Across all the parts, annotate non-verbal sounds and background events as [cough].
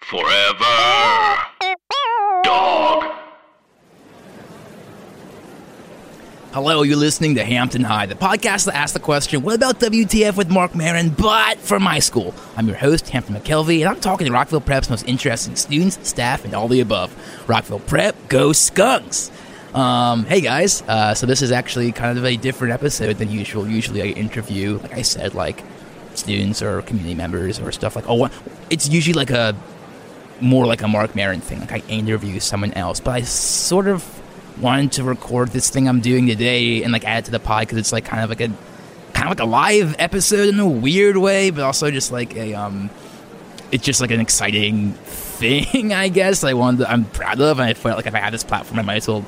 Forever. Dog. Hello, you're listening to Hampton High, the podcast that asks the question, What about WTF with Mark Marin, but from my school? I'm your host, Hampton McKelvey, and I'm talking to Rockville Prep's most interesting students, staff, and all the above. Rockville Prep, go skunks! Um, hey guys, uh, so this is actually kind of a different episode than usual. Usually I interview, like I said, like students or community members or stuff like, oh, it's usually like a more like a Mark Marin thing. Like I interview someone else, but I sort of wanted to record this thing I'm doing today and like add it to the pod because it's like kind of like a kind of like a live episode in a weird way, but also just like a um, it's just like an exciting [laughs] thing, I guess. I wanted, to, I'm proud of, and I felt like if I had this platform, I might as well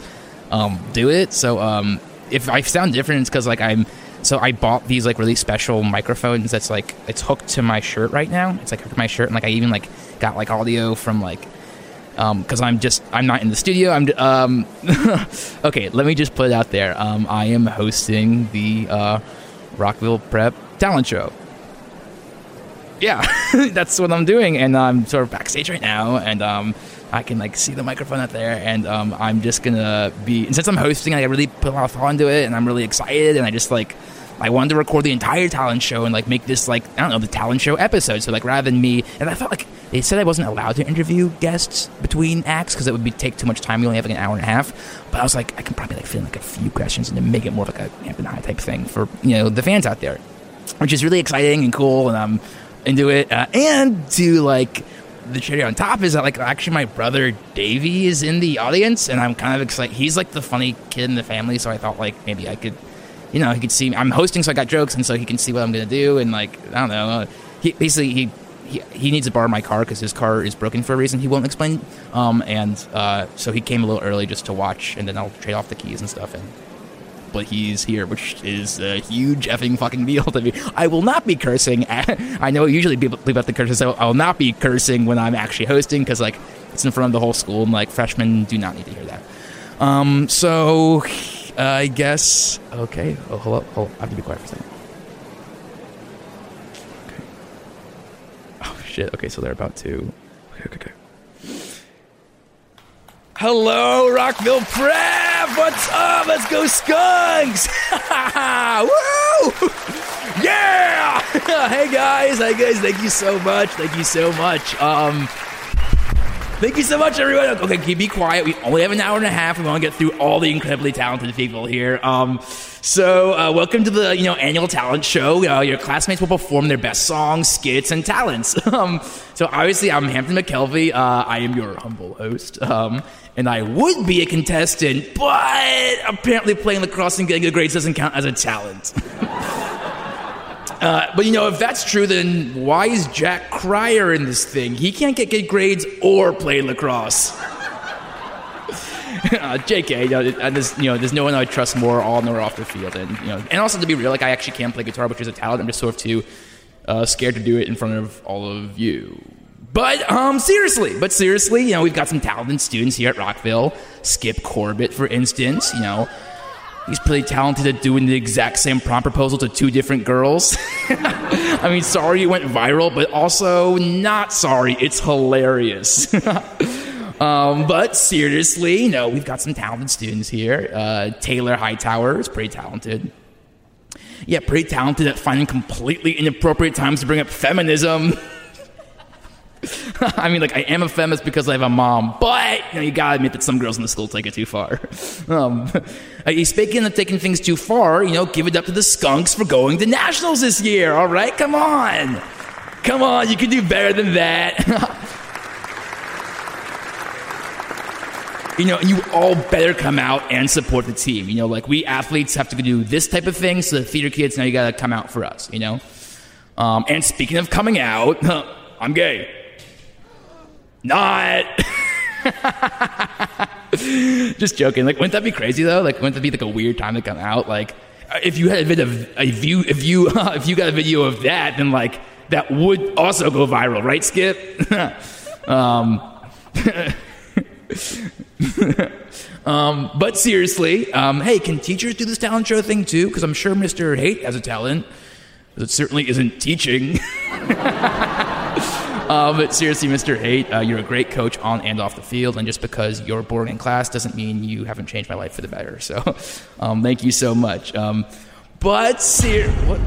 um, do it. So um, if I sound different, it's because like I'm. So I bought these like really special microphones. That's like it's hooked to my shirt right now. It's like hooked to my shirt, and like I even like got like audio from like because I'm just I'm not in the studio. I'm um, [laughs] okay. Let me just put it out there. Um, I am hosting the uh, Rockville Prep Talent Show. Yeah, [laughs] that's what I'm doing, and I'm sort of backstage right now, and um, I can like see the microphone out there, and um, I'm just gonna be. And since I'm hosting, I really put a lot of thought into it, and I'm really excited, and I just like. I wanted to record the entire talent show and like make this like I don't know the talent show episode. So like rather than me, and I felt like they said I wasn't allowed to interview guests between acts because it would be take too much time. We only have like an hour and a half. But I was like, I can probably like fit in like a few questions and then make it more of like a Hampton High type thing for you know the fans out there, which is really exciting and cool, and I'm into it. Uh, and to like the cherry on top is that like actually my brother Davey is in the audience, and I'm kind of excited. He's like the funny kid in the family, so I thought like maybe I could you know, he could see I'm hosting, so I got jokes, and so he can see what I'm gonna do, and like I don't know. uh, He basically he he, he needs to borrow my car because his car is broken for a reason he won't explain. Um, and uh, so he came a little early just to watch, and then I'll trade off the keys and stuff. And but he's here, which is a huge effing fucking deal to me. I will not be cursing. [laughs] I know usually people leave out the curses, so I'll not be cursing when I'm actually hosting because like it's in front of the whole school, and like freshmen do not need to hear that. Um, so I guess okay. Oh, hold up, hold. Up. I have to be quiet for a second. Okay. Oh shit. Okay, so they're about to. Okay, okay, okay. Hello, Rockville Prep. What's up? Let's go, Skunks! [laughs] Woo! Yeah! [laughs] hey guys, hey guys. Thank you so much. Thank you so much. Um. Thank you so much, everyone. Okay, okay, be quiet. We only have an hour and a half. We want to get through all the incredibly talented people here. Um, so, uh, welcome to the you know annual talent show. Uh, your classmates will perform their best songs, skits, and talents. [laughs] Um, so, obviously, I'm Hampton McKelvey. Uh, I am your humble host, um, and I would be a contestant, but apparently, playing lacrosse and getting good grades doesn't count as a talent. Uh, but you know, if that's true, then why is Jack Cryer in this thing? He can't get good grades or play lacrosse. [laughs] uh, JK, you know, it- and there's, you know, there's no one I trust more on or off the field, and you know, and also to be real, like I actually can play guitar, which is a talent. I'm just sort of too uh, scared to do it in front of all of you. But um, seriously, but seriously, you know, we've got some talented students here at Rockville. Skip Corbett, for instance, you know, he's pretty talented at doing the exact same prompt proposal to two different girls. [laughs] I mean, sorry it went viral, but also not sorry. It's hilarious. [laughs] um, but seriously, no, we've got some talented students here. Uh, Taylor Hightower is pretty talented. Yeah, pretty talented at finding completely inappropriate times to bring up feminism. [laughs] I mean, like, I am a feminist because I have a mom, but you, know, you gotta admit that some girls in the school take it too far. [laughs] Um, uh, speaking of taking things too far, you know, give it up to the skunks for going to nationals this year, all right? Come on! Come on, you can do better than that. [laughs] you know, you all better come out and support the team. You know, like, we athletes have to do this type of thing, so the theater kids, now you gotta come out for us, you [laughs] know? Um, and speaking of coming out, I'm gay. Not. Just joking. Like, wouldn't that be crazy though? Like, wouldn't that be like a weird time to come out? Like, if you had a bit of a view, if you [laughs] if you got a video of that, then like that would also go viral, right, Skip? [laughs] um, [laughs] um, but seriously, um, hey, can teachers do this talent show thing too? Because I'm sure Mr. Haight has a talent. It certainly isn't teaching. [laughs] Uh, but seriously, Mr. Haight, uh, you're a great coach on and off the field, and just because you're boring in class doesn't mean you haven't changed my life for the better. So, [laughs] um, thank you so much. Um, but ser- what?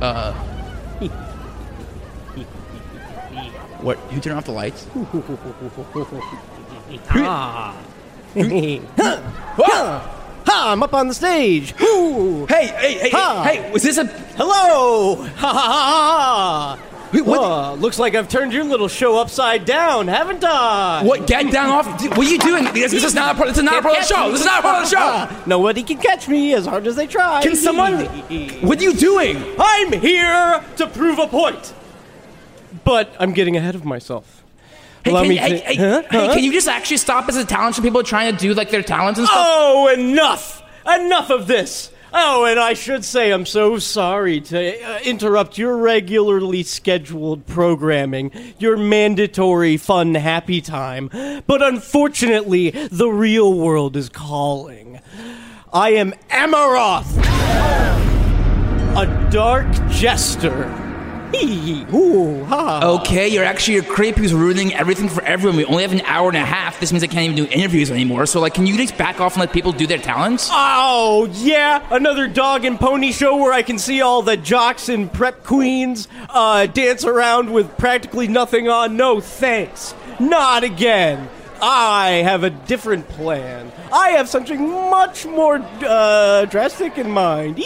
Uh, [laughs] what? Who turned off the lights? Ah. ha! I'm up on the stage. Ooh. Hey, hey, hey, Huh. hey! Was this a? Hello! Ha ha ha ha! Wait, what- Whoa, looks like I've turned your little show upside down, haven't I? What? Get down off! What are you doing? This, this is not a part. This is not a part of the show. This is not a part of the show. Nobody can catch me as hard as they try. Can someone? What are you doing? I'm here to prove a point. But I'm getting ahead of myself. Hey, Allow can, me you- hey, to- hey, Huh? hey, Huh? can you just actually stop as a talent show people trying to do like their talents and stuff? Oh, enough! Enough of this! Oh, and I should say I'm so sorry to uh, interrupt your regularly scheduled programming, your mandatory fun happy time, but unfortunately, the real world is calling. I am Amaroth, a dark jester. Hee, ooh, ha. Okay, you're actually a creep who's ruining everything for everyone. We only have an hour and a half. This means I can't even do interviews anymore. So, like, can you just back off and let people do their talents? Oh, yeah, another dog and pony show where I can see all the jocks and prep queens uh, dance around with practically nothing on. No thanks. Not again. I have a different plan. I have something much more uh, drastic in mind. [laughs]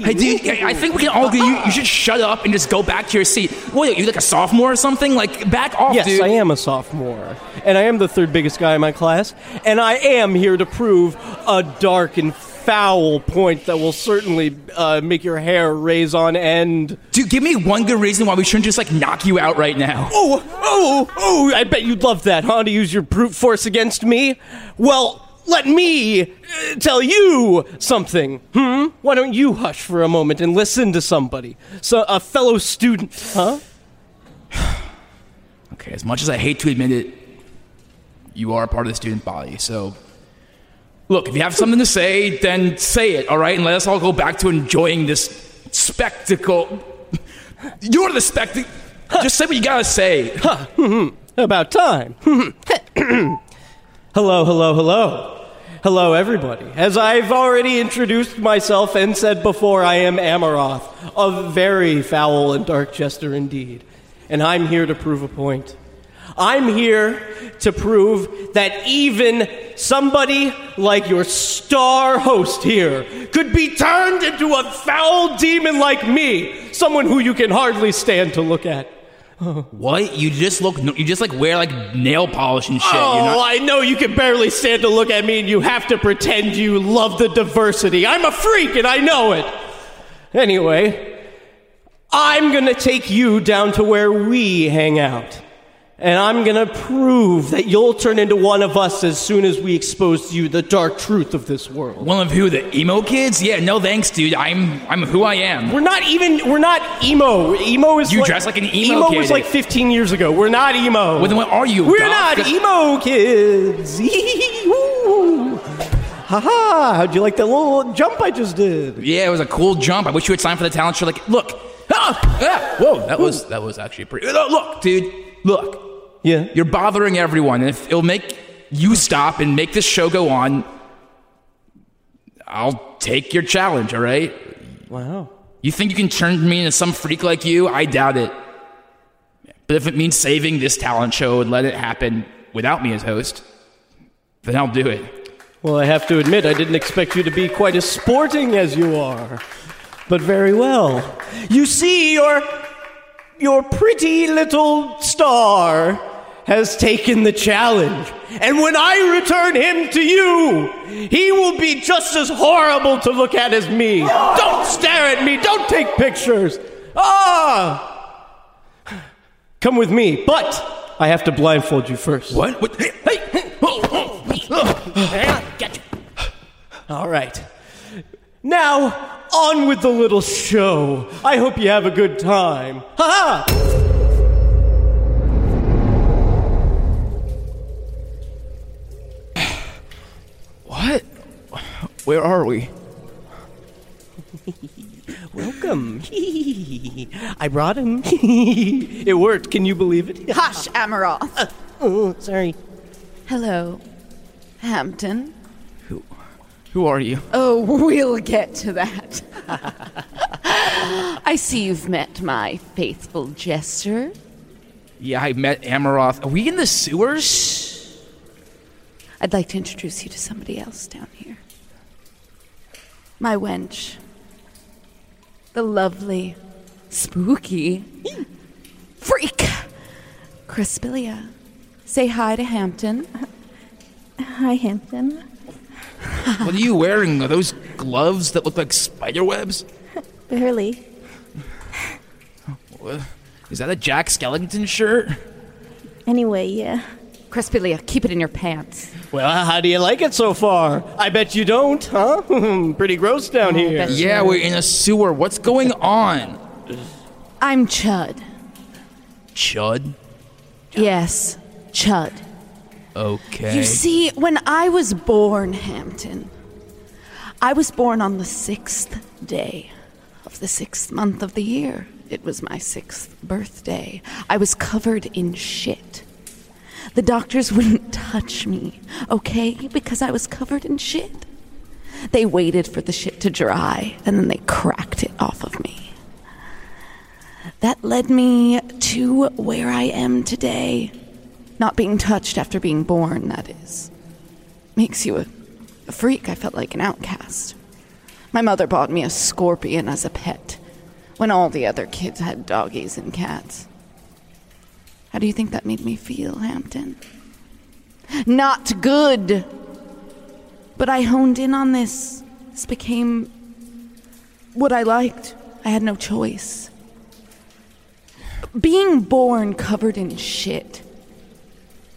Hey, dude, Oh, I I think we can all agree you, you should shut up and just go back to your seat. What are you, like a sophomore or something? Like, back off, Yes, dude. I am a sophomore, and I am the third biggest guy in my class, and I am here to prove a dark and foul point that will certainly uh, make your hair raise on end. Dude, give me one good reason why we shouldn't just, like, knock you out right now. Oh, oh, oh, I bet you'd love that, huh? To use your brute force against me? Well, let me uh, tell you something. Hmm? Why don't you hush for a moment and listen to somebody? So, a fellow student, huh? Okay, as much as I hate to admit it, you are a part of the student body. So, look, if you have something to say, then say it, all right? And let us all go back to enjoying this spectacle. [laughs] You're the spectacle. Just say what you gotta say. About time. [laughs] hello, hello, hello. Hello, everybody. As I've already introduced myself and said before, I am Amaroth, a very foul and dark jester indeed. And I'm here to prove a point. I'm here to prove that even somebody like your star host here could be turned into a foul demon like me, someone who you can hardly stand to look at. What? You just look. You just like wear like nail polish and shit. Oh, you're not- I know you can barely stand to look at me and you have to pretend you love the diversity. I'm a freak and I know it. Anyway, I'm going to take you down to where we hang out. And I'm going to prove that you'll turn into one of us as soon as we expose to you the dark truth of this world. One of who? The emo kids? Yeah, no thanks, dude. I'm I'm who I am. We're not even. We're not emo. Emo is. You like, dress like an emo Emo kid. was like 15 years ago. We're not emo. Well, then what are you? We're goth? not emo kids. [laughs] Ooh. Haha, how'd you like that little jump I just did? Yeah, it was a cool jump. I wish you had signed for the talent show. Like, look, ah, ah, whoa, that was that was actually pretty. Look, Look, dude, look, Yeah. you're bothering everyone, and if it'll make you stop and make this show go on, I'll take your challenge. All right? Wow. You think you can turn me into some freak like you? I doubt it. But if it means saving this talent show and let it happen without me as host, then I'll do it. Well, I have to admit, I didn't expect you to be quite as sporting as you are. But very well. You see, your, your pretty little star has taken the challenge. And when I return him to you, he will be just as horrible to look at as me. Don't stare at me. Don't take pictures. Ah! Come with me. But I have to blindfold you first. What? what? Hey! hey. Oh, oh, oh. Yeah, gotcha. All right. Now, on with the little show. I hope you have a good time. Ha ha! What? Where are we? [laughs] Welcome. [laughs] I brought him. [laughs] it worked. Can you believe it? Hush, Amaroth. oh, sorry. Hello, Hampton. Who are you? Oh, we'll get to that. I see you've met my faithful jester. Yeah, I met Amaroth. Are we in the sewers? I'd like to introduce you to somebody else down here. My wench. The lovely, spooky freak, Crispilia. Say hi to Hampton. Hi, Hampton. What are you wearing? Are those gloves that look like spider webs? Barely. Is that a Jack Skellington shirt? Anyway, yeah. Crispilia, keep it in your pants. Well, how do you like it so far? I bet you don't, huh? [laughs] Pretty gross down here. bet you- Yeah, we're in a sewer. What's going on? I'm Chud. Chud? Yes, Chud. Okay. You see, when I was born, Hampton, I was born on the sixth day of the sixth month of the year. It was my sixth birthday. I was covered in shit. The doctors wouldn't touch me, okay? Because I was covered in shit. They waited for the shit to dry and then they cracked it off of me. That led me to where I am today. Not being touched after being born, that is. Makes you a, a freak. I felt like an outcast. My mother bought me a scorpion as a pet when all the other kids had doggies and cats. How do you think that made me feel, Hampton? Not good! But I honed in on this. This became what I liked. I had no choice. Being born covered in shit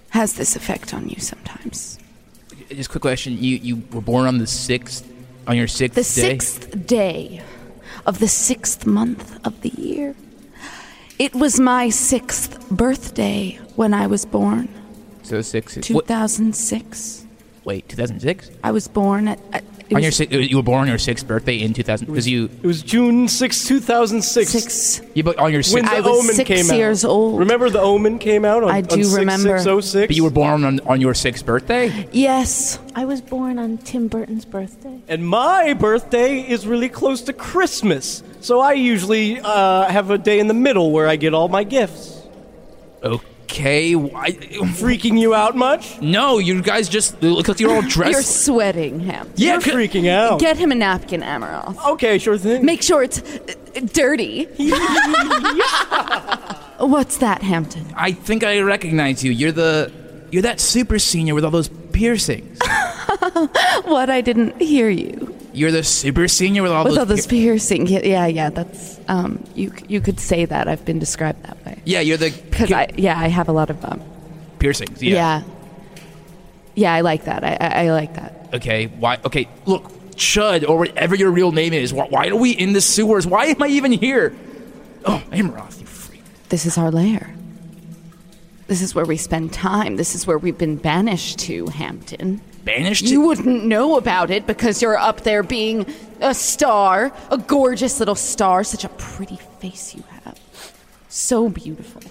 has this effect on you sometimes. Just a quick question. You you were born on the sixth, on your sixth The day. sixth day of the sixth month of the year. It was my sixth birthday when I was born, So six. is- what- 2006. Wait, 2006. I was born at. at On it was your si- uh, you were born on your sixth birthday in 2000. Because you It was June 6, 2006. six. you but on your When sixth, the I was Omen six came out. years old. Remember the Omen came out on, I do on oh 6, remember. 606? but you were born on, on your sixth birthday. Yes. I was born on Tim Burton's birthday. And my birthday is really close to Christmas, so I usually uh, have a day in the middle where I get all my gifts. Okay. Why? Freaking you out much? No, you guys just look like you're all dressed. [laughs] You're sweating, Hampton. yeah, You're c- freaking out. Get him a napkin, Amaroth. okay, sure thing. Make sure it's uh, uh, [laughs] dirty. What's that, Hampton? I think I recognize you. You're the you're that super senior with all those piercings. What? I didn't hear you. You're the super senior with all With those. all those pier- piercing, yeah, yeah, yeah, that's um, you. c- You could say that I've been described that way yeah, you're the because pi- I, yeah, I have a lot of um, piercings. Yeah. yeah, yeah, I like that. I, I, I like that. Okay. Why? Okay. Look, Chud or whatever your real name is. Why, why are we in the sewers? Why am I even here? Oh, Amaroth, you freak. This is our lair. This is where we spend time. This is where we've been banished to, Hampton. Banished. You wouldn't know about it because you're up there being a star, a gorgeous little star, such a pretty face you have. So beautiful.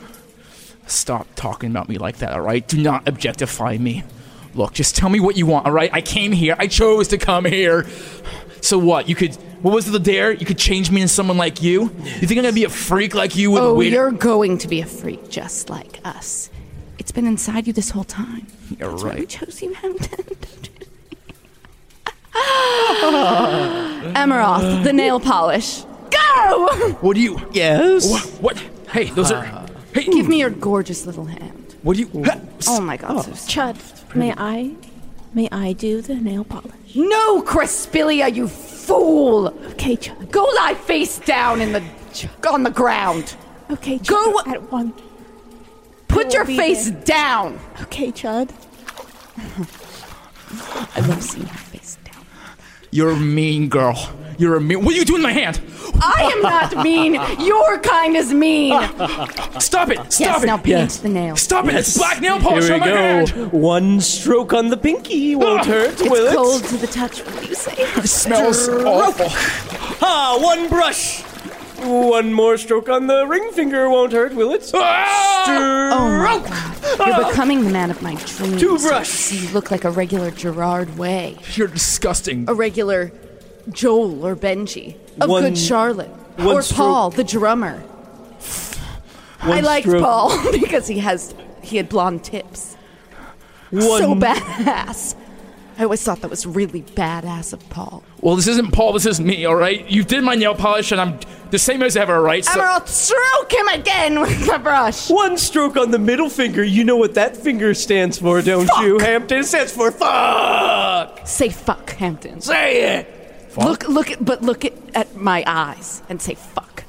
Stop talking about me like that, all right? Do not objectify me. Look, just tell me what you want, all right? I came here. I chose to come here. So what? You could. What was the dare? You could change me into someone like you? You think I'm gonna be a freak like you with Oh, weird? you're going to be a freak just like us. It's been inside you this whole time. You're That's why we right. chose you, [laughs] Hampton. Emeroth, the nail polish. Go! What do you? Yes. What? what? Hey, those are. Hey, Uh, Give me your gorgeous little hand. What do you? Oh my god, so sweet. Chud, may I? May I do the nail polish? No, Crespilia, you fool! Okay, Chud. Go lie face down in the on the ground. Okay, Chud. Go- At one. Put your will be face there. down. Okay, Chud. I love seeing your face down. You're a mean girl. You're a mean. What are you doing in my hand? I am not mean. Your kind is mean. Stop it! Stop yes, it! now paint the nail. Stop it! It's black nail polish Here on we my go. hand. Ah, One stroke on the pinky won't Ugh, hurt, It's will cold it? to the touch. What do you [laughs] say? It smells awful. Ah, one brush. One more stroke on the ring finger won't hurt, will it? Ah! Oh my Stroke. god. You're becoming the man of my dreams. Two brush. You look like a regular Gerard Way, You're disgusting. a regular Joel or Benji, a One- good Charlotte, one or stroke- Paul the drummer. I One liked stroke. Paul [laughs] because he has he had blonde tips. So One- badass. I always thought that was really badass of Paul. Well, this isn't Paul. This is me. All right. You did my nail polish, and I'm the same as ever. All right. So Emerald, stroke him again [laughs] with the brush. One stroke on the middle finger. You know what that finger stands for, don't you, Hampton? It stands for fuck. Say fuck, Hampton. Say it. Look, look, at, but look at, at my eyes and say fuck.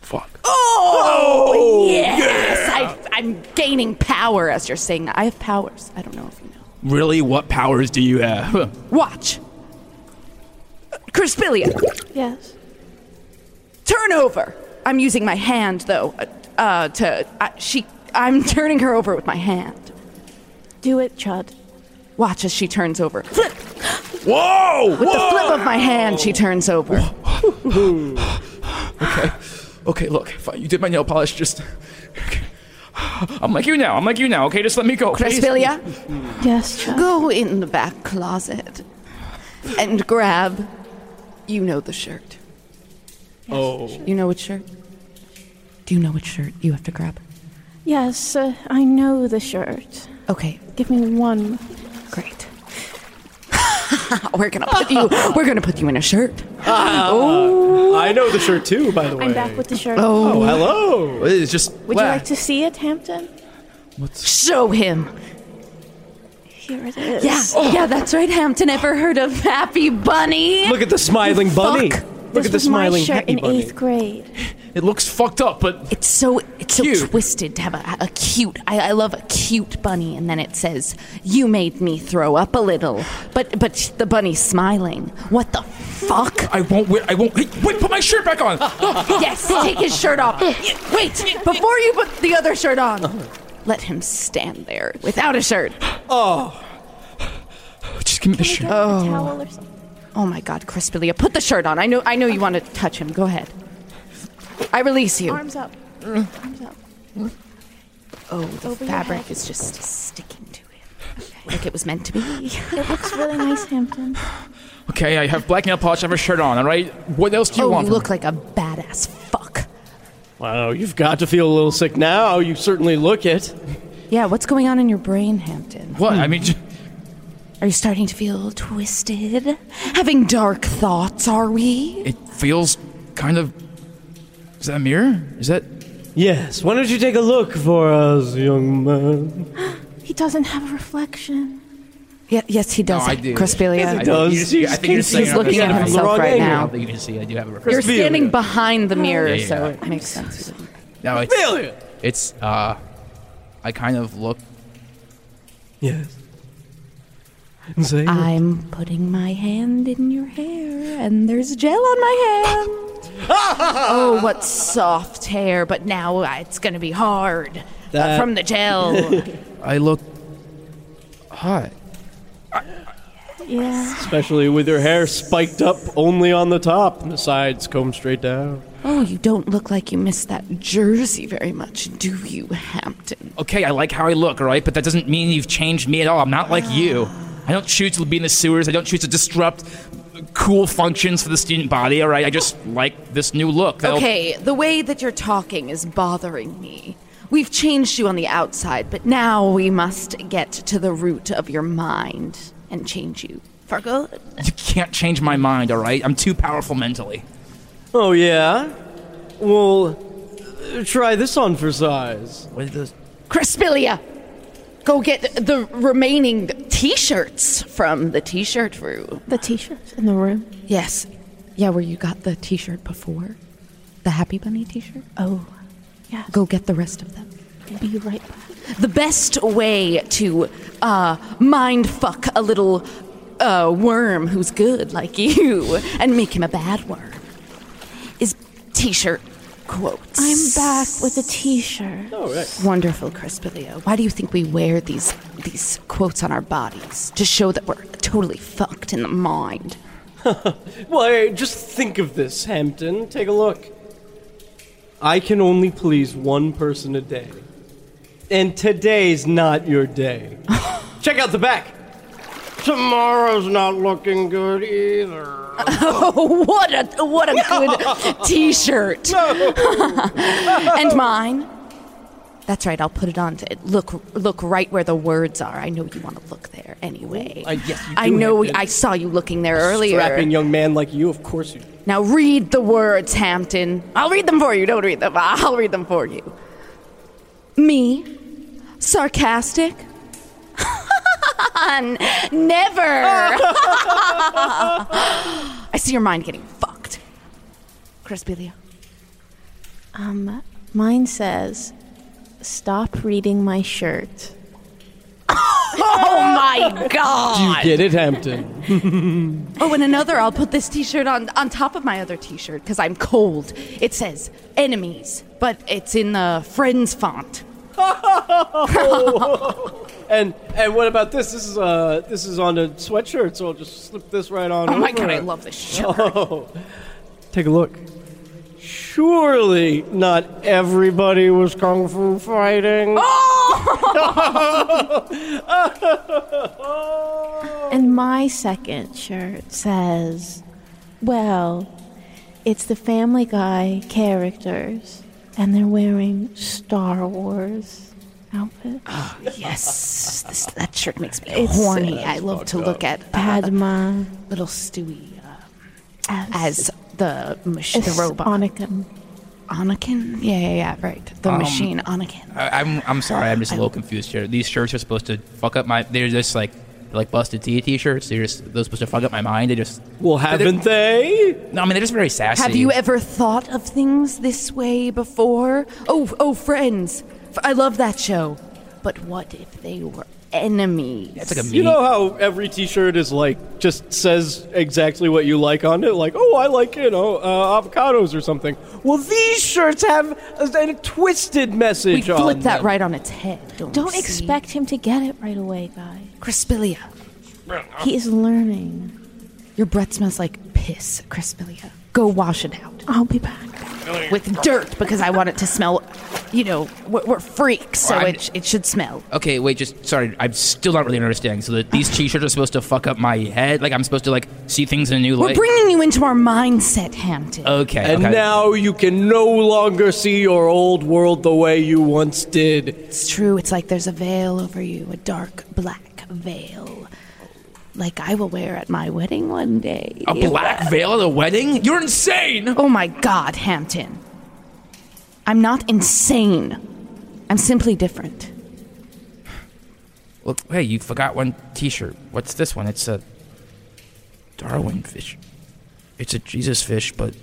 fuck. Oh, yes! I, I'm gaining power as you're saying that. I have powers. I don't know if you know. Really? What powers do you have? Watch. Crispillia, Yes. turn over. I'm using my hand though. uh, Uh, to I she, I'm [laughs] turning her over with my hand. Do it, Chud. Watch as she turns over. Flip Whoa! with the flip of my hand. She turns over. Okay. Okay, look. Fine. You did my nail polish. Just. Okay. [sighs] I'm like you now. I'm like you now. Okay, just let me go. please. Crispillia, Yes, Chud. go in the back closet and grab. You know the shirt. Oh. You know what shirt? Do you know what shirt you have to grab? Yes, uh, I know the shirt. Okay, Give me one. great. [laughs] we're gonna put [laughs] you. We're gonna put you in a shirt. I know the shirt too, by the way. I'm back with the shirt. Oh, hello. It is just. Would you Wow. like to see it, Hampton? Show him. Here it is. Yeah, yeah, that's right. Hampton ever heard of Happy Bunny? Look at the smiling bunny. Fuck. Look this at the was smiling my shirt happy in bunny. eighth grade. It looks fucked up, but It's so it's so Cute. twisted to have a, a cute. I, I love a cute bunny, and then it says, "You made me throw up a little," but but the bunny's smiling. What the fuck? I won't. Wear, I won't. Hey, wait! Put my shirt back on. [laughs] Ah. Yes, take his shirt off. Wait, before you put the other shirt on, let him stand there without a shirt. [gasps] just give me the Can we shirt. get a towel or something? Oh my God, Crispilia, put the shirt on. I know, I know you want to touch him. Go ahead. I release you. Arms up. Arms up. Oh, the over your fabric head. is just sticking to him, like it was meant [gasps] to be. It looks really nice, Hampton. Okay, I have black nail polish. I have a shirt on. All right. What else do you Oh, want? you from look like a badass fuck. Wow, you've got to feel a little sick now. You certainly look it. Yeah, what's going on in your brain, Hampton? me? What? I mean, j- Are you starting to feel twisted? Having dark thoughts, are we? it feels kind of. Is that a mirror? Is that? Yes. Why don't you take a look for us, young man? He doesn't have a reflection. Yeah, yes, he does. I do. Crispilia. I does. You just- you- I think you're He's saying it from looking the at side. himself wrong right angle. I now. think you can see. I do have a You're reference. Crispillia. standing behind the mirror, Yeah, yeah, so yeah. it makes sense. No, it's, it's uh, I kind of look. Yes. Say I'm putting my hand in your hair, and there's gel on my hand. oh, what soft hair, but now uh, it's gonna be hard uh, That- from the gel. I look hot. Yeah. Especially with your hair spiked up only on the top and the sides combed straight down. oh, you don't look like you miss that jersey very much, do you, Hampton? Okay, I like how I look, all right, but that doesn't mean you've changed me at all. I'm not like you. I don't choose to be in the sewers. I don't choose to disrupt cool functions for the student body, all right? I just like this new look. That'll- Okay, the way that you're talking is bothering me. We've changed you on the outside, but now we must get to the root of your mind and change you for good. You can't change my mind, all right? I'm too powerful mentally. Oh, yeah? Well, uh, try this on for size. What is this? Crispilia, go get the remaining t-shirts from the t-shirt room. The t-shirt's in the room. Yes. Yeah, where you got the t-shirt before? The Happy Bunny t-shirt? Oh. Yeah. Go get the rest of them. be right back. The best way to uh, mind fuck a little uh, worm who's good like you [laughs] and make him a bad worm is t shirt quotes. I'm back with a t-shirt. Wonderful, Crispilio. Why do you think we wear these these quotes on our bodies? To show that we're totally fucked in the mind. [laughs] Why, just think of this, Hampton. Take a look. I can only please one person a day. And today's not your day. [laughs] Check out the back. Tomorrow's not looking good either. Oh, what a what a good T-shirt. [laughs] and mine. That's right. I'll put it on. To, look, look right where the words are. I know you want to look there anyway. Uh, yes, you I do, know. Hampton. I saw you looking there earlier. Strapping young man like you, of course you do. Now read the words, Hampton. I'll read them for you. Don't read them. I'll read them for you. Me? Sarcastic? [laughs] N- Never! [laughs] I see your mind getting fucked. Crispilia. Um, mine says, "Stop reading my shirt." Oh my god! You get it, Hampton. [laughs] Oh, and another, I'll put this t shirt on, on top of my other t shirt because I'm cold. It says enemies, but it's in the friends font. And and what about this? This is uh this is on a sweatshirt, so I'll just slip this right on. Oh my over. god, I love this shirt. Take a look. Surely not everybody was kung fu fighting. Oh! And my second shirt says, well, it's the Family Guy characters, and they're wearing Star Wars [laughs] outfits. Yes, this, that shirt makes me It's- horny. I love to look at uh, Padma little Stewie uh, as, as the mach- as the robot Anakin. Anakin. Yeah, yeah, yeah, right. The machine Anakin. I, I'm I'm sorry, I'm just a little confused here. These shirts are supposed to fuck up my. They're just like like busted T t-shirts. They're just they're supposed to fuck up my mind. They just Well, haven't they? no. I mean, they're just very sassy. Have you ever thought of things this way before? Oh, oh, friends. F- I love that show. But what if they were enemies? It's like a meat. You know how every T-shirt is like just says exactly what you like on it, like oh I like you know uh, avocados or something. Well, these shirts have a, a twisted we message. on flip that them. right on its head. Don't, Don't you see? expect him to get it right away, guys. Crispilia. He is learning. Your breath smells like piss, Crispilia. Go wash it out. I'll be back. with dirt because I want it to smell. You know, we're, we're freaks, so Well, I'm- it, sh- it should smell. Okay, wait, just sorry. I'm still not really understanding. So that these t-shirts are supposed to fuck up my head. Like I'm supposed to like see things in a new We're light. bringing you into our mindset, Hampton. okay, And okay. now you can no longer see your old world the way you once did. it's true. It's like there's a veil over you, a dark black veil, like I will wear at my wedding one day. a black veil at a wedding? You're insane. Oh my God, Hampton! I'm not insane. I'm simply different. Look, hey, you forgot one t-shirt. What's this one? It's a Darwin fish. It's a Jesus fish, but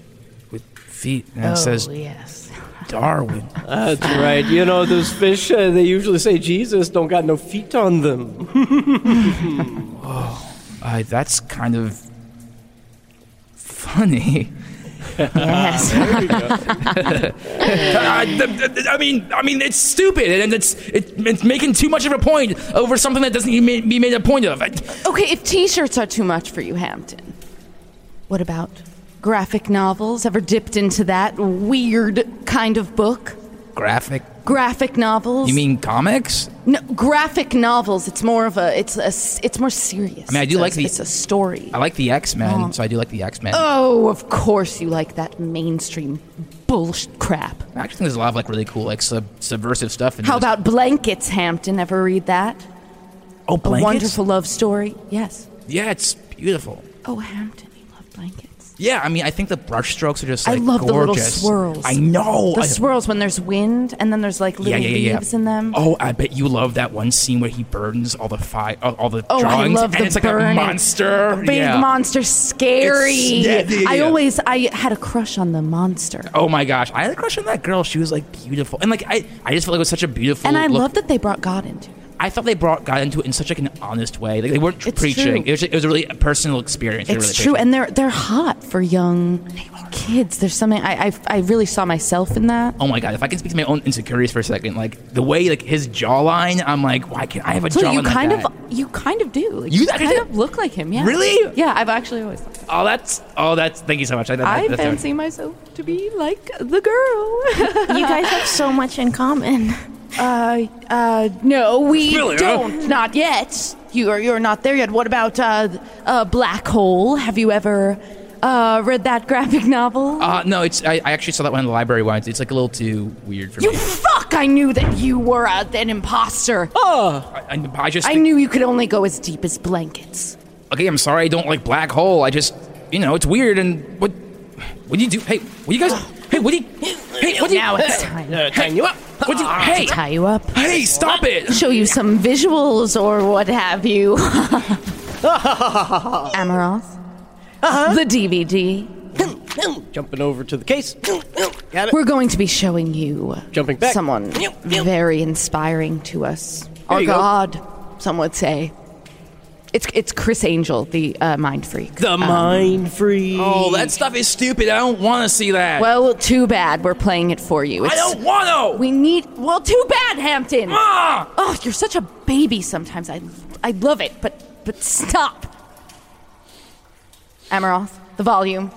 with feet, and it says oh yes. [laughs] Darwin. [sighs] That's right. You know those fish? Uh, they usually say Jesus don't got no feet on them. Uh, that's kind of funny. Uh, Yes. I, th- th- Uh, I mean, I mean, it's stupid, and it's it, it's making too much of a point over something that doesn't need to be made a point of. I, Okay, if t-shirts are too much for you, Hampton. What about graphic novels? Ever dipped into that weird kind of book? graphic? Graphic novels? You mean comics? no, graphic novels? It's more of a it's a s- it's more serious. I mean, I do It's a- like the- it's a story. I like the X Men, so I do like the X Men. oh, of course you like that mainstream bullshit crap. I actually think there's a lot of like really cool, like sub- subversive stuff. In How those. about blankets, Hampton? Ever read that? oh, blankets? A wonderful love story. Yes. Yeah, it's beautiful. Oh, Hampton, you love blankets. Yeah, I mean, I think the brush strokes are just I like love the little gorgeous. swirls. I know. The I- swirls when there's wind and then there's like yeah, little yeah, yeah, yeah. leaves in them. Oh, I bet you love that one scene where he burns all the fire, all, all the Oh, drawings, I love and the it's like burning- a monster, a big yeah. monster, scary. yeah, yeah, I yeah. always, I had a crush on the monster, Oh my gosh, I had a crush on that girl. She was like beautiful, and like I, I just felt like it was such a beautiful. and I Oh, look. love that they brought God into. it. I thought they brought God into it in such like an honest way. Like they weren't It's preaching. It true. was it was a really a personal experience. They It's really true, preached. and they're they're hot for young kids. There's something I, I I really saw myself in that. Oh my god! If I can speak to my own insecurities for a second, like the way like his jawline, I'm like, why can't I have a So jawline you like kind that? of you kind of do. Like, You you actually kind do? of look like him. Yeah. Really? Yeah. I've actually always. Thought that. Oh, that's oh, that's. Thank you so much. I, that, I that's fancy myself to be like the girl. [laughs] You guys have so much in common. Uh, uh, no, we Really, huh? don't. Not yet. You are, you're not there yet. What about, uh, uh, Black Hole? Have you ever, uh, read that graphic novel? Uh, no, it's I, I actually saw that one in the library once. It's like a little too weird for you me. fuck! I knew that you were a, an imposter. I, I- I just I knew you could only go as deep as blankets. okay. I'm sorry. I don't like black hole. I just you know it's weird and what what do you do? Hey, what do you guys? Hey, what do you? Hey, what do you? Now it's time Uh, tying you up. What do you? to Hey, tie you up, hey, stop it! show you some visuals or what have you. [laughs] [laughs] Amaroth, Uh-huh. the DVD. Jumping over to the case. Got it. We're going to be showing you Jumping back. someone very inspiring to us. Our you go. God, some would say. It's it's Chris Angel, the uh, mind freak. The mind free. Oh, that stuff is stupid. I don't want to see that. well, too bad we're playing it for you. I It's- don't want to. We need. Well, too bad, Hampton. Ah! Oh, you're such a baby. Sometimes I I love it, but but stop. Amaroth, the volume.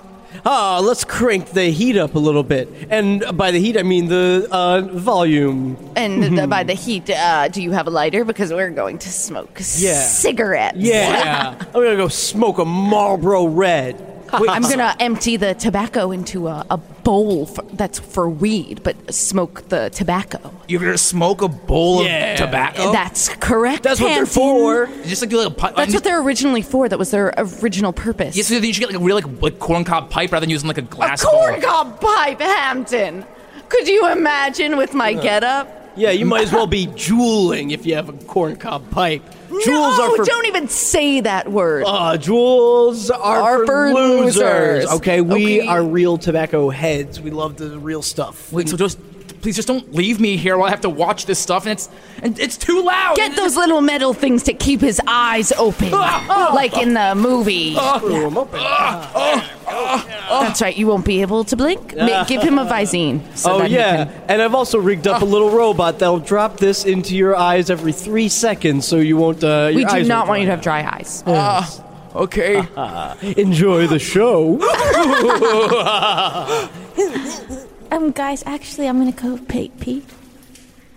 Ah, let's crank the heat up a little bit. And by the heat, I mean the uh, volume. And th- [laughs] by the heat, uh, do you have a lighter? Because we're going to smoke Yeah. cigarettes. Yeah. I'm going to go smoke a Marlboro Red. Wait, [laughs] I'm gonna empty the tobacco into a, a bowl for, that's for weed, but smoke the tobacco. You're gonna smoke a bowl Yeah. of tobacco? That's correct. Oh. That's what they're Hampton. for. just like do like a pipe. That's what they're originally for. That was their original purpose. Yes, you should get like a real like, like corncob pipe rather than using like a a glass. corn bowl. cob pipe, Hampton. Could you imagine with my getup? Yeah, you might as well be juuling if you have a corncob pipe. Jewels no, are for don't even say that word. Uh, jewels are, Are for losers. losers. Okay, we Okay. are real tobacco heads. We love the real stuff. Wait, so just please just don't leave me here while I have to watch this stuff and it's and it's too loud. Get those little metal things to keep his eyes open, Oh. like in the movie. Boom, open. Oh. Oh. That's right. You won't be able to blink. Ma- Give him a Visine. so oh that he yeah, can- Ah. and I've also rigged up a little robot that'll drop this into your eyes every three seconds, so you won't. Uh, your We do eyes won't not want you to Ah. dry Oh. have dry eyes. Okay. out. enjoy the show. Um, guys, actually, I'm gonna go pee pee.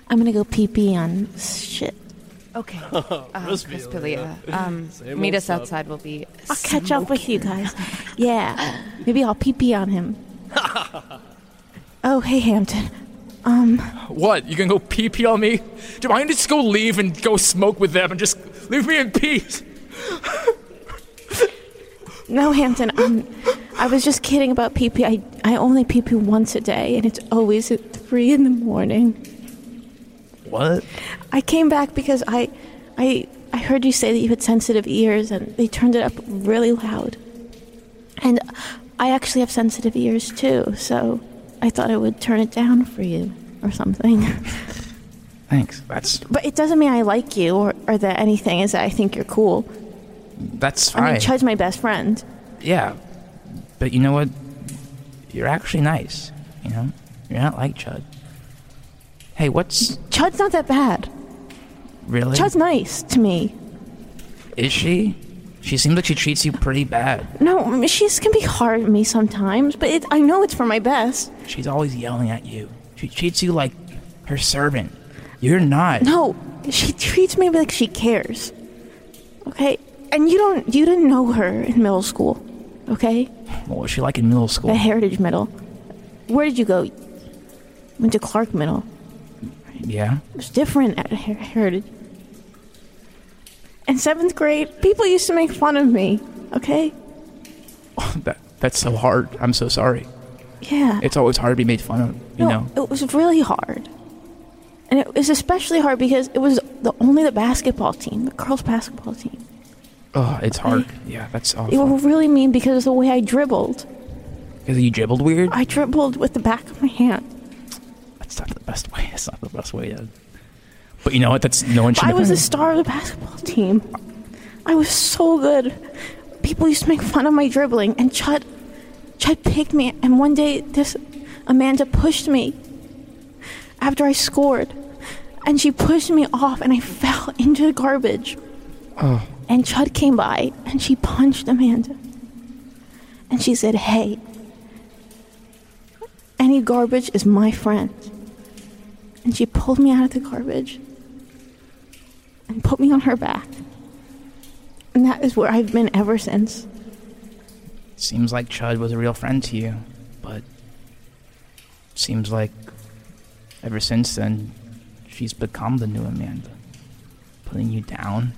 I'm gonna go pee pee on shit. [laughs] Okay. Um, Chris Pilia, um, meet old us stuff. outside. We'll be. I'll catch up with you guys. Yeah, maybe I'll pee pee on [laughs] him. oh, hey Hampton. What? You gonna go pee pee on me? Do I just go leave and go smoke with them and just leave me in peace? No, Hampton. Um, I was just kidding about pee pee. I I only pee pee once a day, and it's always at three in the morning. What? I came back because I, I, I heard you say that you had sensitive ears, and they turned it up really loud. And I actually have sensitive ears too, so I thought I would turn it down for you or something. [laughs] Thanks. That's but it doesn't mean I like you or, or that anything is that I think you're cool. that's I fine. mean, Chud's my best friend. yeah. But you know what? You're actually nice. You know? You're not like Chud. Hey, what's Chud's not that bad. really Chud's nice to me. is she? She seems like she treats you pretty bad. No, I mean, she's can be hard on me sometimes, but it, I know it's for my best. She's always yelling at you. She treats you like her servant. You're not. No, she treats me like she cares. Okay? And you don't you didn't know her in middle school. Okay? What was she like in middle At school? Heritage Middle. Where did you go? Went to Clark Middle. Yeah. [laughs] It was different at Her- Heritage. In seventh grade, people used to make fun of me. Okay? That, That's so hard. I'm so sorry. Yeah. It's always hard to be made fun of, you no, know. it was really hard. And it was especially hard because it was the only the basketball team, the girls' basketball team. Oh, it's hard. Mm-hmm. Yeah, that's They were awful. really mean because of the way I dribbled. Because you dribbled weird. I dribbled with the back of my hand. That's not the best way. That's not the best way to. But you know what? That's no one should. I have was the done star of the basketball team. I was so good. People used to make fun of my dribbling, and Chud, Chud picked me. And one day, this Amanda pushed me after I scored, and she pushed me off, and I [laughs] fell into the garbage. And Chud came by, and she punched Amanda, and she said, "Hey, any garbage is my friend." And she pulled me out of the garbage and put me on her back. And that is where I've been ever since. it. Seems like Chud was a real friend to you, but seems like ever since then, she's become the new Amanda, putting you down,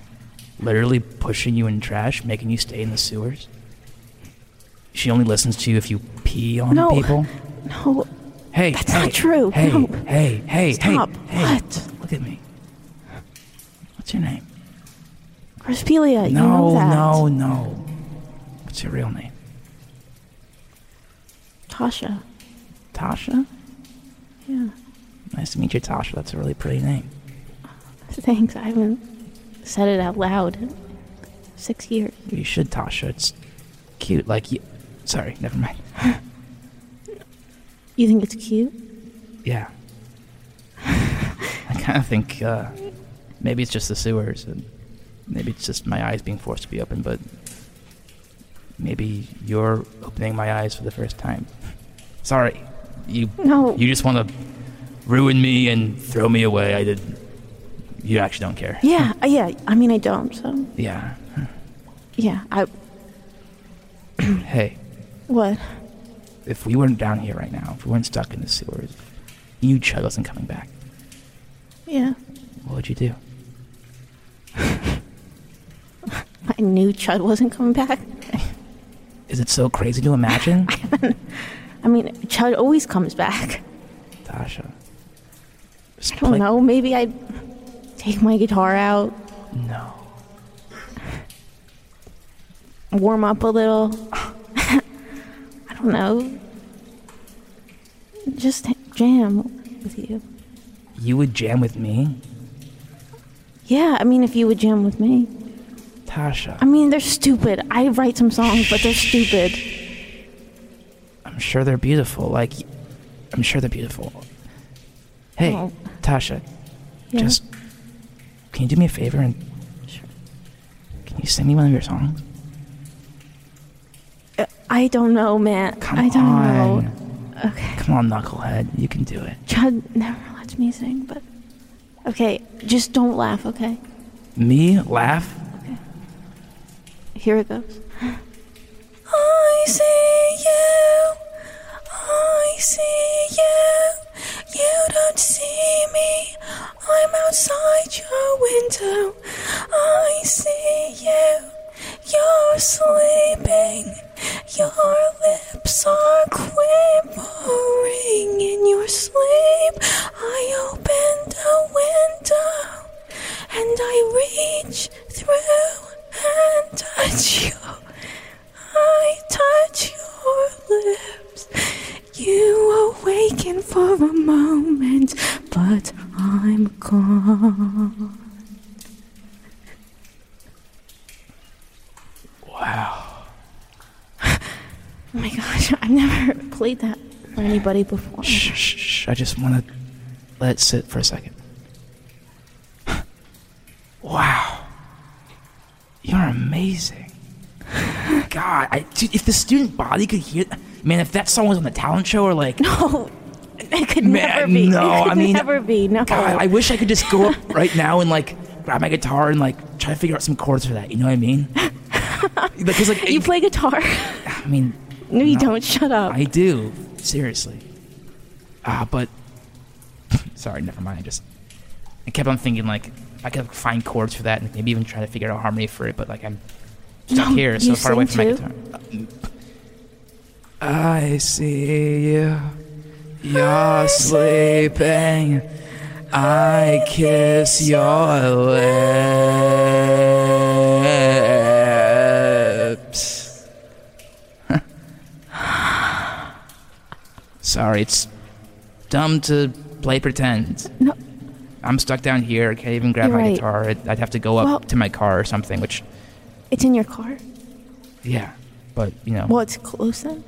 literally pushing you in trash, making you stay in the sewers. She only listens to you if you pee on No. people. No, Hey, That's hey, not true. Hey, No. hey, hey, Stop. hey, hey! What? Look at me. What's your name? Crisphelia, you know No, that. no, no. What's your real name? Tasha. Tasha? Yeah. Nice to meet you, Tasha. That's a really pretty name. Thanks. I haven't said it out loud in six years. You should, Tasha. It's cute. Like you. Sorry, never mind. You think it's cute? Yeah. [laughs] I kind of think uh, maybe it's just the sewers, and maybe it's just my eyes being forced to be open, but maybe you're opening my eyes for the first time. [laughs] Sorry, you. No. You just want to ruin me and throw me away. I did. You actually don't care. Yeah, uh, yeah. I mean, I don't, so. Yeah. Yeah, I. Hey, What? if we weren't down here right now, if we weren't stuck in the sewers, you Chud wasn't coming back. Yeah. What would you do? I knew Chud wasn't coming back. Is it so crazy to imagine, I mean, Chud always comes back. Tasha? Just I don't play- know. Maybe I'd take my guitar out, No. warm up a little. [laughs] I don't know. Just jam with you. You would jam with me, Yeah, I mean, if you would jam with me. I Tasha. mean, they're stupid. I write some songs, but they're stupid. I'm sure they're beautiful. Like, I'm sure they're beautiful. Hey, Oh. Tasha, Yeah. just can you do me a favor and can you sing me one of your songs? I don't know, man. Come I don't on. know. Okay. Come on, knucklehead, you can do it. Chud never lets me sing, but. Okay, just don't laugh, okay? Me laugh? Here it goes. I see you. I see you. You don't see me. I'm outside your window. I see you. You're sleeping. Your lips are quivering in your sleep. I open the window and I reach through and touch you. I touch your lips. You awaken for a moment, but I'm gone. Wow. Oh my gosh, I've never played that for anybody before. Shh, shh, shh. I just want to let it sit for a second. [laughs] wow. You're amazing. [laughs] God, I, dude, if the student body could hear, man, if that song was on the talent show or [laughs] like, No, it could Man, never be. no, it could I mean- never be. No. God, I wish I could just go up [laughs] right now and like grab my guitar and like try to figure out some chords for that. You know what I [laughs] mean? Because like, you play guitar? [laughs] I mean, no, you don't. Shut up. I do. Seriously. Ah, but [laughs] sorry, never mind. I just I kept on thinking like I could find chords for that and maybe even try to figure out a harmony for it, but like I'm stuck No, here so you far away from sing my too? guitar. I see you. You're sleeping. I kiss your lips. [sighs] Sorry, it's dumb to play pretend. No. I'm stuck down here. I can't even grab You're my right. guitar. I'd I'd have to go up Well- to my car or something, which, It's in your car. yeah. But, you know, Well, it's close then.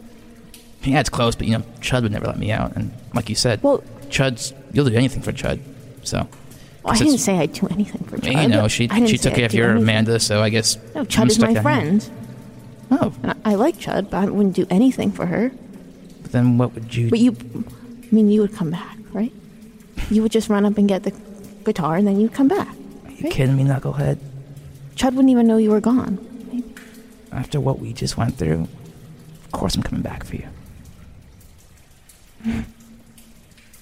yeah, it's close, but, you know, Chud would never let me out. And, like you said, Well- Chud's, you'll do anything for Chud. So. Well, I Because didn't it's- say I'd do anything for Chud. You know, she I didn't she say took I'd care of do your anything. Amanda, so I guess No, I'm Chud is stuck down my here. friend. Oh, And I, I like Chud, but I wouldn't do anything for her. but then what would you? But you, I mean, you would come back, right? You would just run up and get the guitar, and then you'd come back. you kidding me, knucklehead? Chud wouldn't even know you were gone. After what we just went through, of course I'm coming back for you.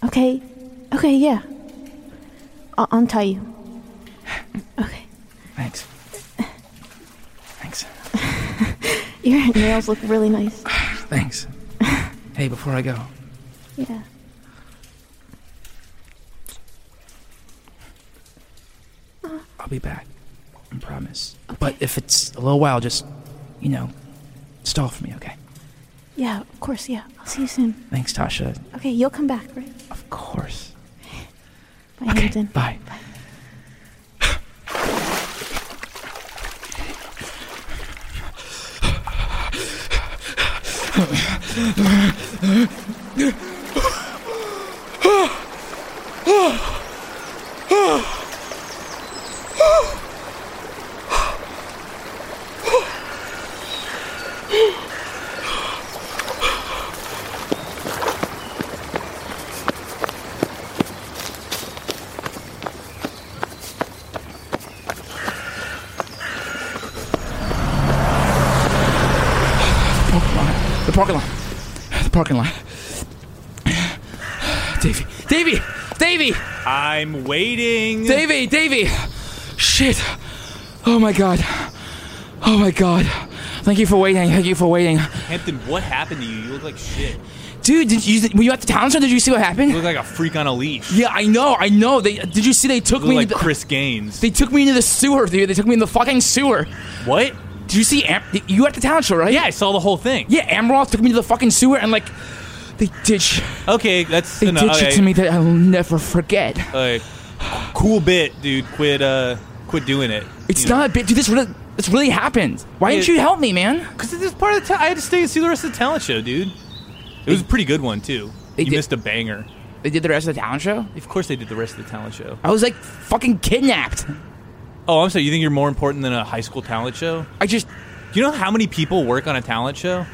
Okay, okay, yeah. I'll I'll untie you. Okay, Thanks. Thanks. your [laughs] nails look really nice. [laughs] Thanks. Hey, before I go, Yeah. I'll be back. I promise. But if it's a little while, just you know, stall for me, okay? Yeah, of course, yeah. I'll see you soon. Thanks, Tasha. Okay, you'll come back, right? Of course. Bye, Hamilton. Bye. The parking lot. The parking lot. [sighs] Davy. Davy. Davy. I'm waiting. Davy, Davy! Shit! Oh my god. Oh my god. Thank you for waiting. Thank you for waiting. Hampton, what happened to you? You look like shit. Dude, did you were you at the town center? Did you see what You happened? look like a freak on a leash. Yeah, I know. I know. They did you see they took You look me like into the, Chris Gaines. They took me into the sewer, dude. They took me in the fucking sewer. what? Did you see Am- you were at the town show, right? Yeah, I saw the whole thing. Yeah, Amaroth took me to the fucking sewer and like they did sh- Okay, that's they enough. did shit okay. to me that I'll never forget. Okay. cool bit, dude. Quit uh quit doing it. It's not a bit dude, this really this really happened. Why didn't Yeah. you help me, man? because this is part of the ta- I had to stay and see the rest of the talent show, dude. It was a pretty good one too. They You did- missed a banger. They did the rest of the town show? Of course, they did the rest of the talent show. I was like fucking kidnapped. Oh, I'm sorry. You think you're more important than a high school talent show? I just, Do you know how many people work on a talent show?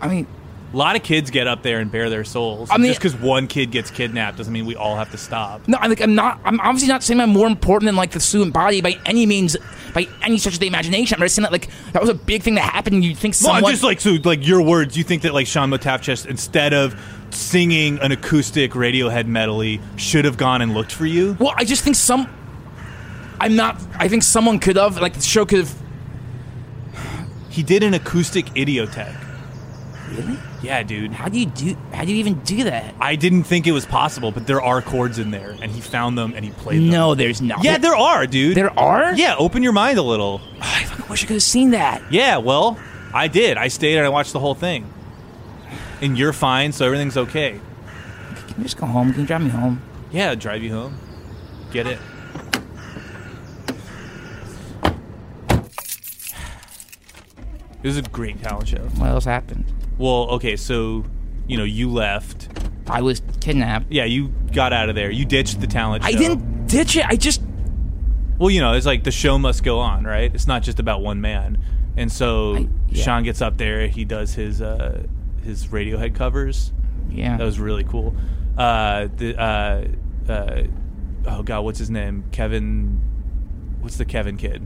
I mean, A lot of kids get up there and bare their souls. I mean- just because one kid gets kidnapped doesn't mean we all have to stop. no, I'm like, I'm not, I'm obviously not saying I'm more important than like the student body by any means, by any stretch of the imagination. I'm just saying that like that was a big thing that happened. You'd think Well, someone, I'm just like so, like your words. You think that like Sean Motafchest, instead of singing an acoustic Radiohead medley, should have gone and looked for you? well, I just think some, I'm not, I think someone could have, like the show could have. He did an acoustic idiotech. Really? Yeah, dude. How do you do? How do you even do that? I didn't think it was possible, but there are chords in there, and he found them and he played them. No, there's not. Yeah, there are, dude. There are? Yeah, open your mind a little. I fucking wish I could have seen that. Yeah, well, I did. I stayed and I watched the whole thing. And you're fine, so everything's okay. Can you just go home? Can you drive me home? Yeah, drive you home. Get it. It was a great talent show. What else happened? Well, okay, so you know you left. I was kidnapped. Yeah, you got out of there. You ditched the talent. Show. I didn't ditch it. I just Well, you know, it's like the show must go on, right? It's not just about one man. And so I- yeah. Sean gets up there. He does his uh, his Radiohead covers. yeah. That was really cool. Uh, the uh, uh, oh god, what's his name? Kevin. What's the Kevin kid?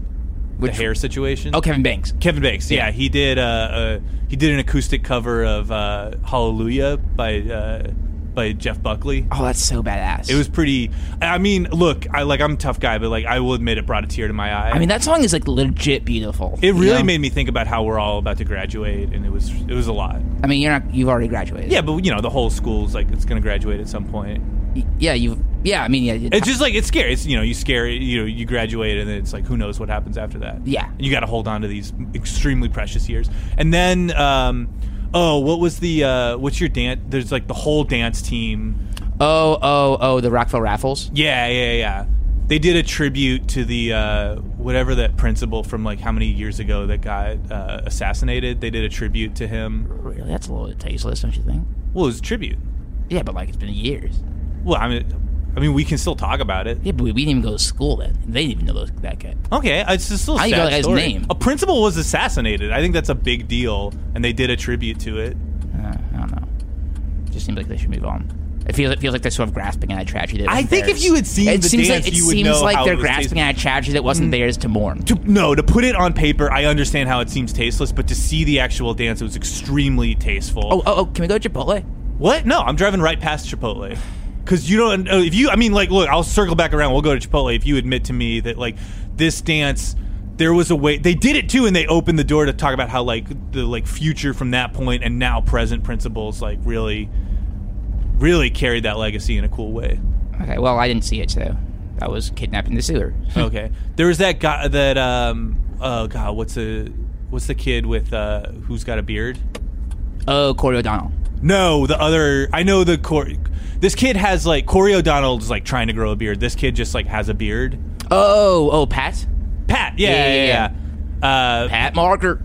Which- the hair situation. oh Kevin Banks. Kevin Banks. Yeah, Yeah. he did. Uh, uh, he did an acoustic cover of uh, "Hallelujah" by uh, by Jeff Buckley. Oh, that's so badass. It was pretty. I mean, look, I like I'm a tough guy, but like I will admit, it brought a tear to my eye. I mean, that song is like legit beautiful. it really you know? made me think about how we're all about to graduate, and it was it was a lot. I mean, you're not. You've already graduated. Yeah, but you know, the whole school's like it's gonna graduate at some point. Y- Yeah. You. Yeah. I mean. Yeah. you- It's just like it's scary. It's you know, you scare you know, you graduate, and then it's like who knows what happens after that. Yeah. you got to hold on to these extremely precious years, and then. um Oh, what was the uh what's your dance? There's like the whole dance team. oh. Oh. Oh. The Rockville Raffles. Yeah, yeah, yeah. They did a tribute to the uh, whatever that principal from like how many years ago that got uh, assassinated. They did a tribute to him. Really, that's a little tasteless, don't you think? Well, it was a tribute. Yeah, but like it's been years. Well, I mean, I mean, we can still talk about it. Yeah, but we, we didn't even go to school then. They didn't even know those, that guy. Okay, uh, it's just still a How you sad got that guy's story. name? A principal was assassinated. I think that's a big deal, and they did a tribute to it. Uh, I don't know. It just seems like they should move on. It feels it feels like they're sort of grasping at a tragedy. That I wasn't think if theirs. you had seen it the seems dance, like, it you would seems know like how they're it was Mm. grasping at a tragedy that wasn't theirs to mourn. To, no, to put it on paper, I understand how it seems tasteless, but to see the actual dance, it was extremely tasteful. Oh, oh, oh! Can we go to Chipotle? What? No, I'm driving right past Chipotle. Cause you don't. uh, If you, I mean, like, look, I'll circle back around. We'll go to Chipotle if you admit to me that like this dance, there was a way they did it too, and they opened the door to talk about how like the like future from that point and now present principles like really, really carried that legacy in a cool way. Okay. Well, I didn't see it, so I was kidnapping the sewer. okay, there was that guy that um oh god, what's the what's the kid with uh who's got a beard? Oh, Corey O'Donnell. No, the other. I know the Cor- This kid has like Corey O'Donnell's like trying to grow a beard. This kid just like has a beard. Oh, oh, Pat. Pat, yeah, yeah, Yeah, yeah. yeah, Uh, Pat. Pat Marker.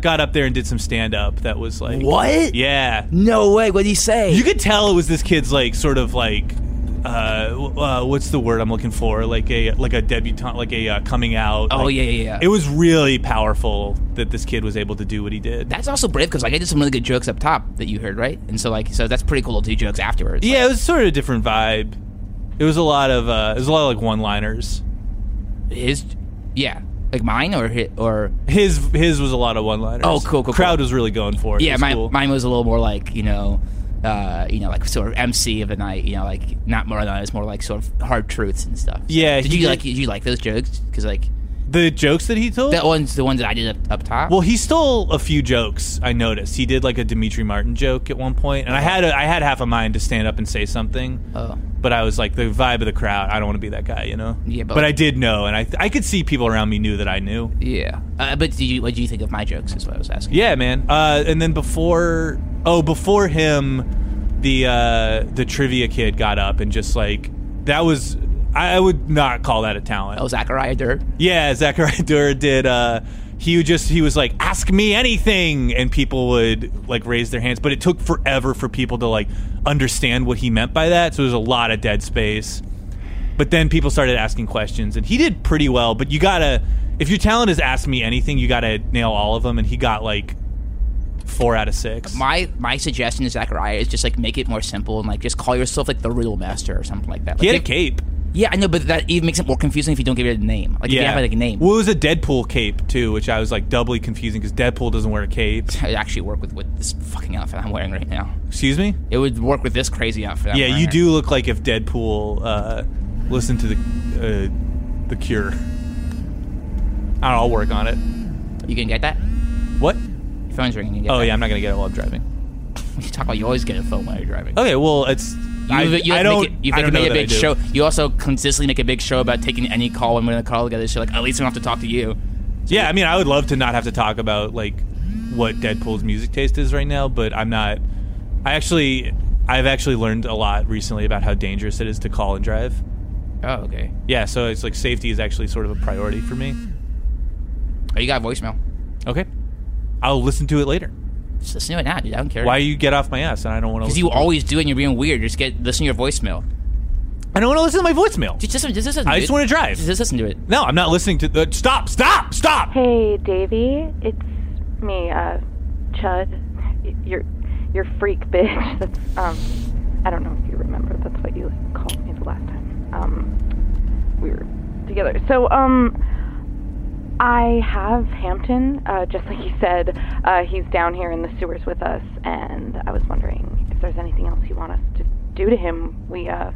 got up there and did some stand up. That was like What? Yeah, No way. What did he say? you could tell it was this kid's like sort of like. Uh, w- uh, what's the word I'm looking for? Like a like a debutant, like a uh, coming out. Oh, Like, yeah, yeah, yeah. It was really powerful that this kid was able to do what he did. that's also brave because like I did some really good jokes up top that you heard, right? And so like, so that's pretty cool to do jokes afterwards. Yeah, it was sort of a different vibe. It was a lot of uh, it was a lot of like one liners. Like, his, yeah, like mine or hit or His his was a lot of one liners. Oh, cool, cool, cool. Crowd was really going for it. It yeah, was my, cool. mine was a little more like you know, uh, you know, like sort of MC of the night. You know, like not more than it's more like sort of hard truths and stuff. Yeah, Did he you did- like? Did you like those jokes? Because like the jokes that he told. that one's the ones that I did up, up top. well, he stole a few jokes. I noticed he did like a Dimitri Martin joke at one point, and I had a, I had half a mind to stand up and say something, Oh. but I was like the vibe of the crowd. I don't want to be that guy, you know. Yeah, but- I did know, and I I could see people around me knew that I knew. yeah. Uh, but did you? What do you think of my jokes? Is what I was asking. Yeah, man. Uh, and then before, oh, before him, the uh, the trivia kid got up and just like that was. I I would not call that a talent. Oh, Zachariah Dirt. Yeah, Zachary Dur did. Uh, he would just he was like, "Ask me anything," and people would like raise their hands. But it took forever for people to like understand what he meant by that. So there's a lot of dead space. But then people started asking questions, and he did pretty well. But you gotta, if your talent is ask me anything, you gotta nail all of them. And he got like four out of six. My my suggestion to Zachariah is just like make it more simple and like just call yourself like the real master or something like that. Like, he had a if- cape. Yeah, I know, but that even makes it more confusing if you don't give it a name. Like if you have like a name, Well, it was a Deadpool cape too, which I was like doubly confusing because Deadpool doesn't wear a cape. it actually work with with this fucking outfit I'm wearing right now. Excuse me. It would work with this crazy outfit. I'm Yeah, wearing you right do look like if Deadpool uh, listened to the uh, the Cure. I don't know. I'll work on it. now. You can get that. What? Your phone's ringing. You can get Oh that. yeah, I'm not gonna get it while I'm driving. [laughs] You talk about you always get a phone while you're driving. Okay, well it's You, Oh, I, you make I don't. it- you I make don't it know make a that I big do. show. You also consistently make a big show about taking any call when we're in a call together. So like at least we don't have to talk to you. Yeah, I mean, I would love to not have to talk about like what Deadpool's music taste is right now, but I'm not. I actually, I've actually learned a lot recently about how dangerous it is to call and drive. Oh okay. Yeah, so it's like safety is actually sort of a priority for me. Oh, you got a voicemail. Okay, I'll listen to it later. Just listen to it now, dude. I don't care. Why you get off my ass and I don't want to? Because you always do, and you're being weird. Just get listen to your voicemail. I don't want to listen to my voicemail. Just, just, just listen. I just it. want to drive. Just listen to it. No, I'm not listening to. Uh, stop! Stop! Stop! Hey, Davy, it's me, uh, Chud. Y- You're, you're freak, bitch. [laughs] That's, um, I don't know if you remember. That's what you called me the last time. Um, we were together. So, um, I have Hampton. Uh, just like you said, uh, he's down here in the sewers with us, and I was wondering if there's anything else you want us to do to him. We uh,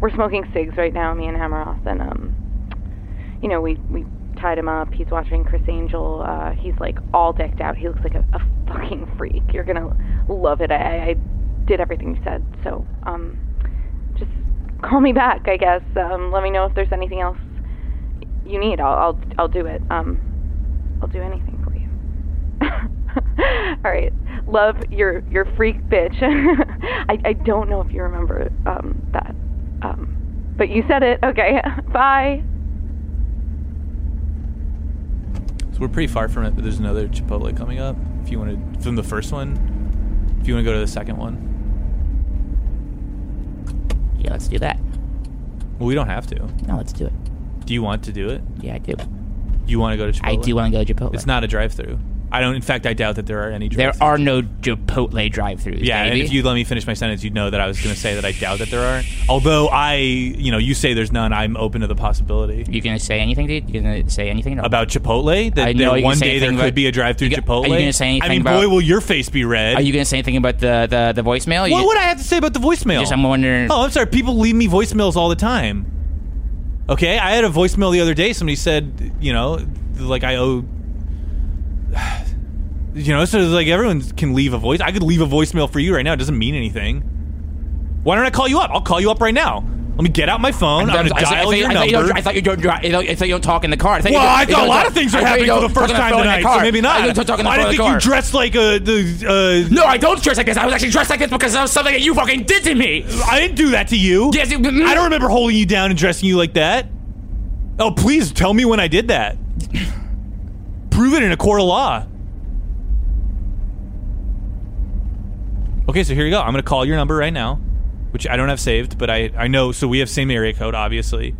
we're smoking cigs right now, me and Hammeroff, and um, you know, we we tied him up. He's watching Chris Angel. Uh, he's like all decked out. He looks like a, a fucking [laughs] freak. You're gonna love it. I, I did everything you said, so um, just call me back, I guess. Um, let me know if there's anything else you need. I'll I'll, I'll do it. Um, I'll do anything for you. [laughs] All right. Love, you're you're freak bitch. [laughs] I I don't know if you remember um that. Um but you said it. Okay. [laughs] Bye. So we're pretty far from it, but there's another Chipotle coming up. If you want to, from the first one, if you want to go to the second one, Yeah, let's do that. well, we don't have to. No, let's do it. Do you want to do it? Yeah, I do. You want to go to Chipotle? I do want to go to Chipotle. It's not a drive-through. I don't. In fact, I doubt that there are any. There drive-throughs. are no Chipotle drive-throughs. Yeah, baby. and if you let me finish my sentence, you'd know that I was going to say that I doubt that there are. Although I, you know, you say there's none, I'm open to the possibility. you gonna say anything, dude? You gonna say anything at all? About Chipotle, that I know there- you can one say day there anything could about- be a drive-through you g- Chipotle. are you gonna say I anything mean, about- boy, will your face be red. Are you gonna say anything about the the, the voicemail? what you, would I have to say about the voicemail? Just, I'm wondering. Oh, I'm sorry. People leave me voicemails all the time. Okay, I had a voicemail the other day. Somebody said, you know, like I owe. [sighs] You know, so it's like everyone can leave a voice. I could leave a voicemail for you right now. It doesn't mean anything. Why don't I call you up? I'll call you up right now. Let me get out my phone. I'm, I, gonna I- I- dial I- your I thought you number. don't- I thought you don't. dri- I thought I thought you don't talk in the car. I thought you well, don't- I you thought don't a lot talk- of things I are thought you happening for don't the talk first on time phone in the tonight, car. so maybe not. I don't talk on the I phone in didn't the think car. you dressed like a. The, uh, No, I don't dress like this. I was actually dressed like this because that was something that you fucking did to me. I didn't do that to you. Yes, you- I don't remember holding you down and dressing you like that. Oh, please tell me when I did that. Prove it in a court of law. Okay, so here you go. I'm going to call your number right now, which I don't have saved, but I, I know. So we have same area code, obviously.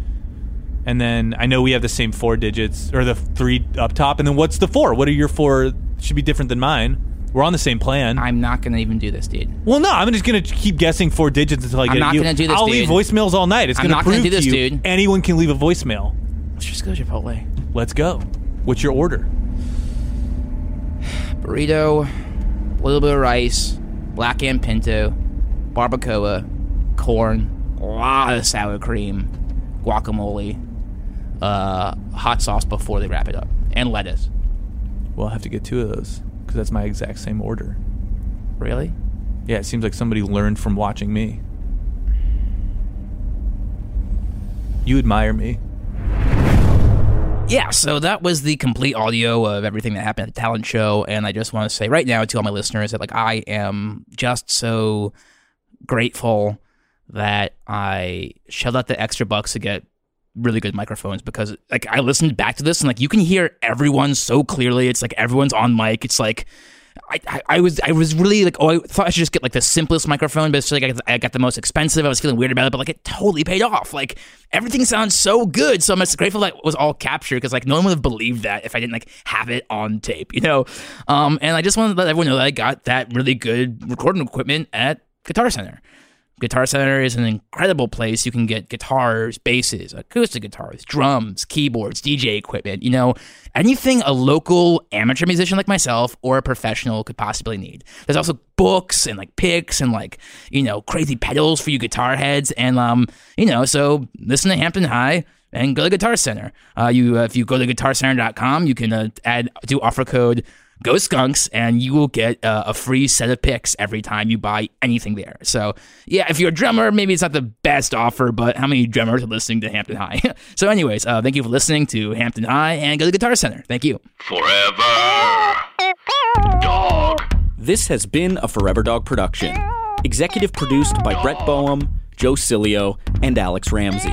And then I know we have the same four digits or the three up top. And then what's the four? What are your four? Should be different than mine. We're on the same plan. I'm not gonna even do this, dude. Well, no, I'm just gonna keep guessing four digits until I get. not you. gonna do this, I'll leave dude. voicemails all night. It's I'm gonna not gonna prove do this, to you dude. anyone can leave a voicemail. Let's just go to Chipotle. Let's go. What's your order? Burrito, a little bit of rice, black and pinto, barbacoa, corn, a lot of sour cream, guacamole, uh, hot sauce before they wrap it up, and lettuce. Well, I'll have to get two of those because that's my exact same order. Really? Yeah, it seems like somebody learned from watching me. You admire me. Yeah, so that was the complete audio of everything that happened at the talent show, and I just want to say right now to all my listeners that like I am just so grateful that I shelled out the extra bucks to get really good microphones because like I listened back to this and like you can hear everyone so clearly. It's like everyone's on mic. It's like I, I, I was I was really like oh I thought I should just get like the simplest microphone but it's like I got, I got the most expensive I was feeling weird about it but like it totally paid off like everything sounds so good so I'm just grateful that it was all captured because like no one would have believed that if I didn't like have it on tape you know um and I just wanted to let everyone know that I got that really good recording equipment at Guitar Center Guitar Center is an incredible place. You can get guitars, basses, acoustic guitars, drums, keyboards, DJ equipment, you know, anything a local amateur musician like myself or a professional could possibly need. There's also books and like picks and like, you know, crazy pedals for you guitar heads. And, um, you know, so listen to Hampton High and go to Guitar Center. Uh, you, uh, if you go to guitarcenter.com, you can uh, add, do offer code go skunks and you will get uh, a free set of picks every time you buy anything there so yeah if you're a drummer maybe it's not the best offer but how many drummers are listening to hampton high [laughs] so anyways uh, thank you for listening to hampton high and go to guitar center thank you Forever. Dog. This has been a Forever Dog production. Executive produced by Brett Boehm, Joe Cilio, and Alex Ramsey.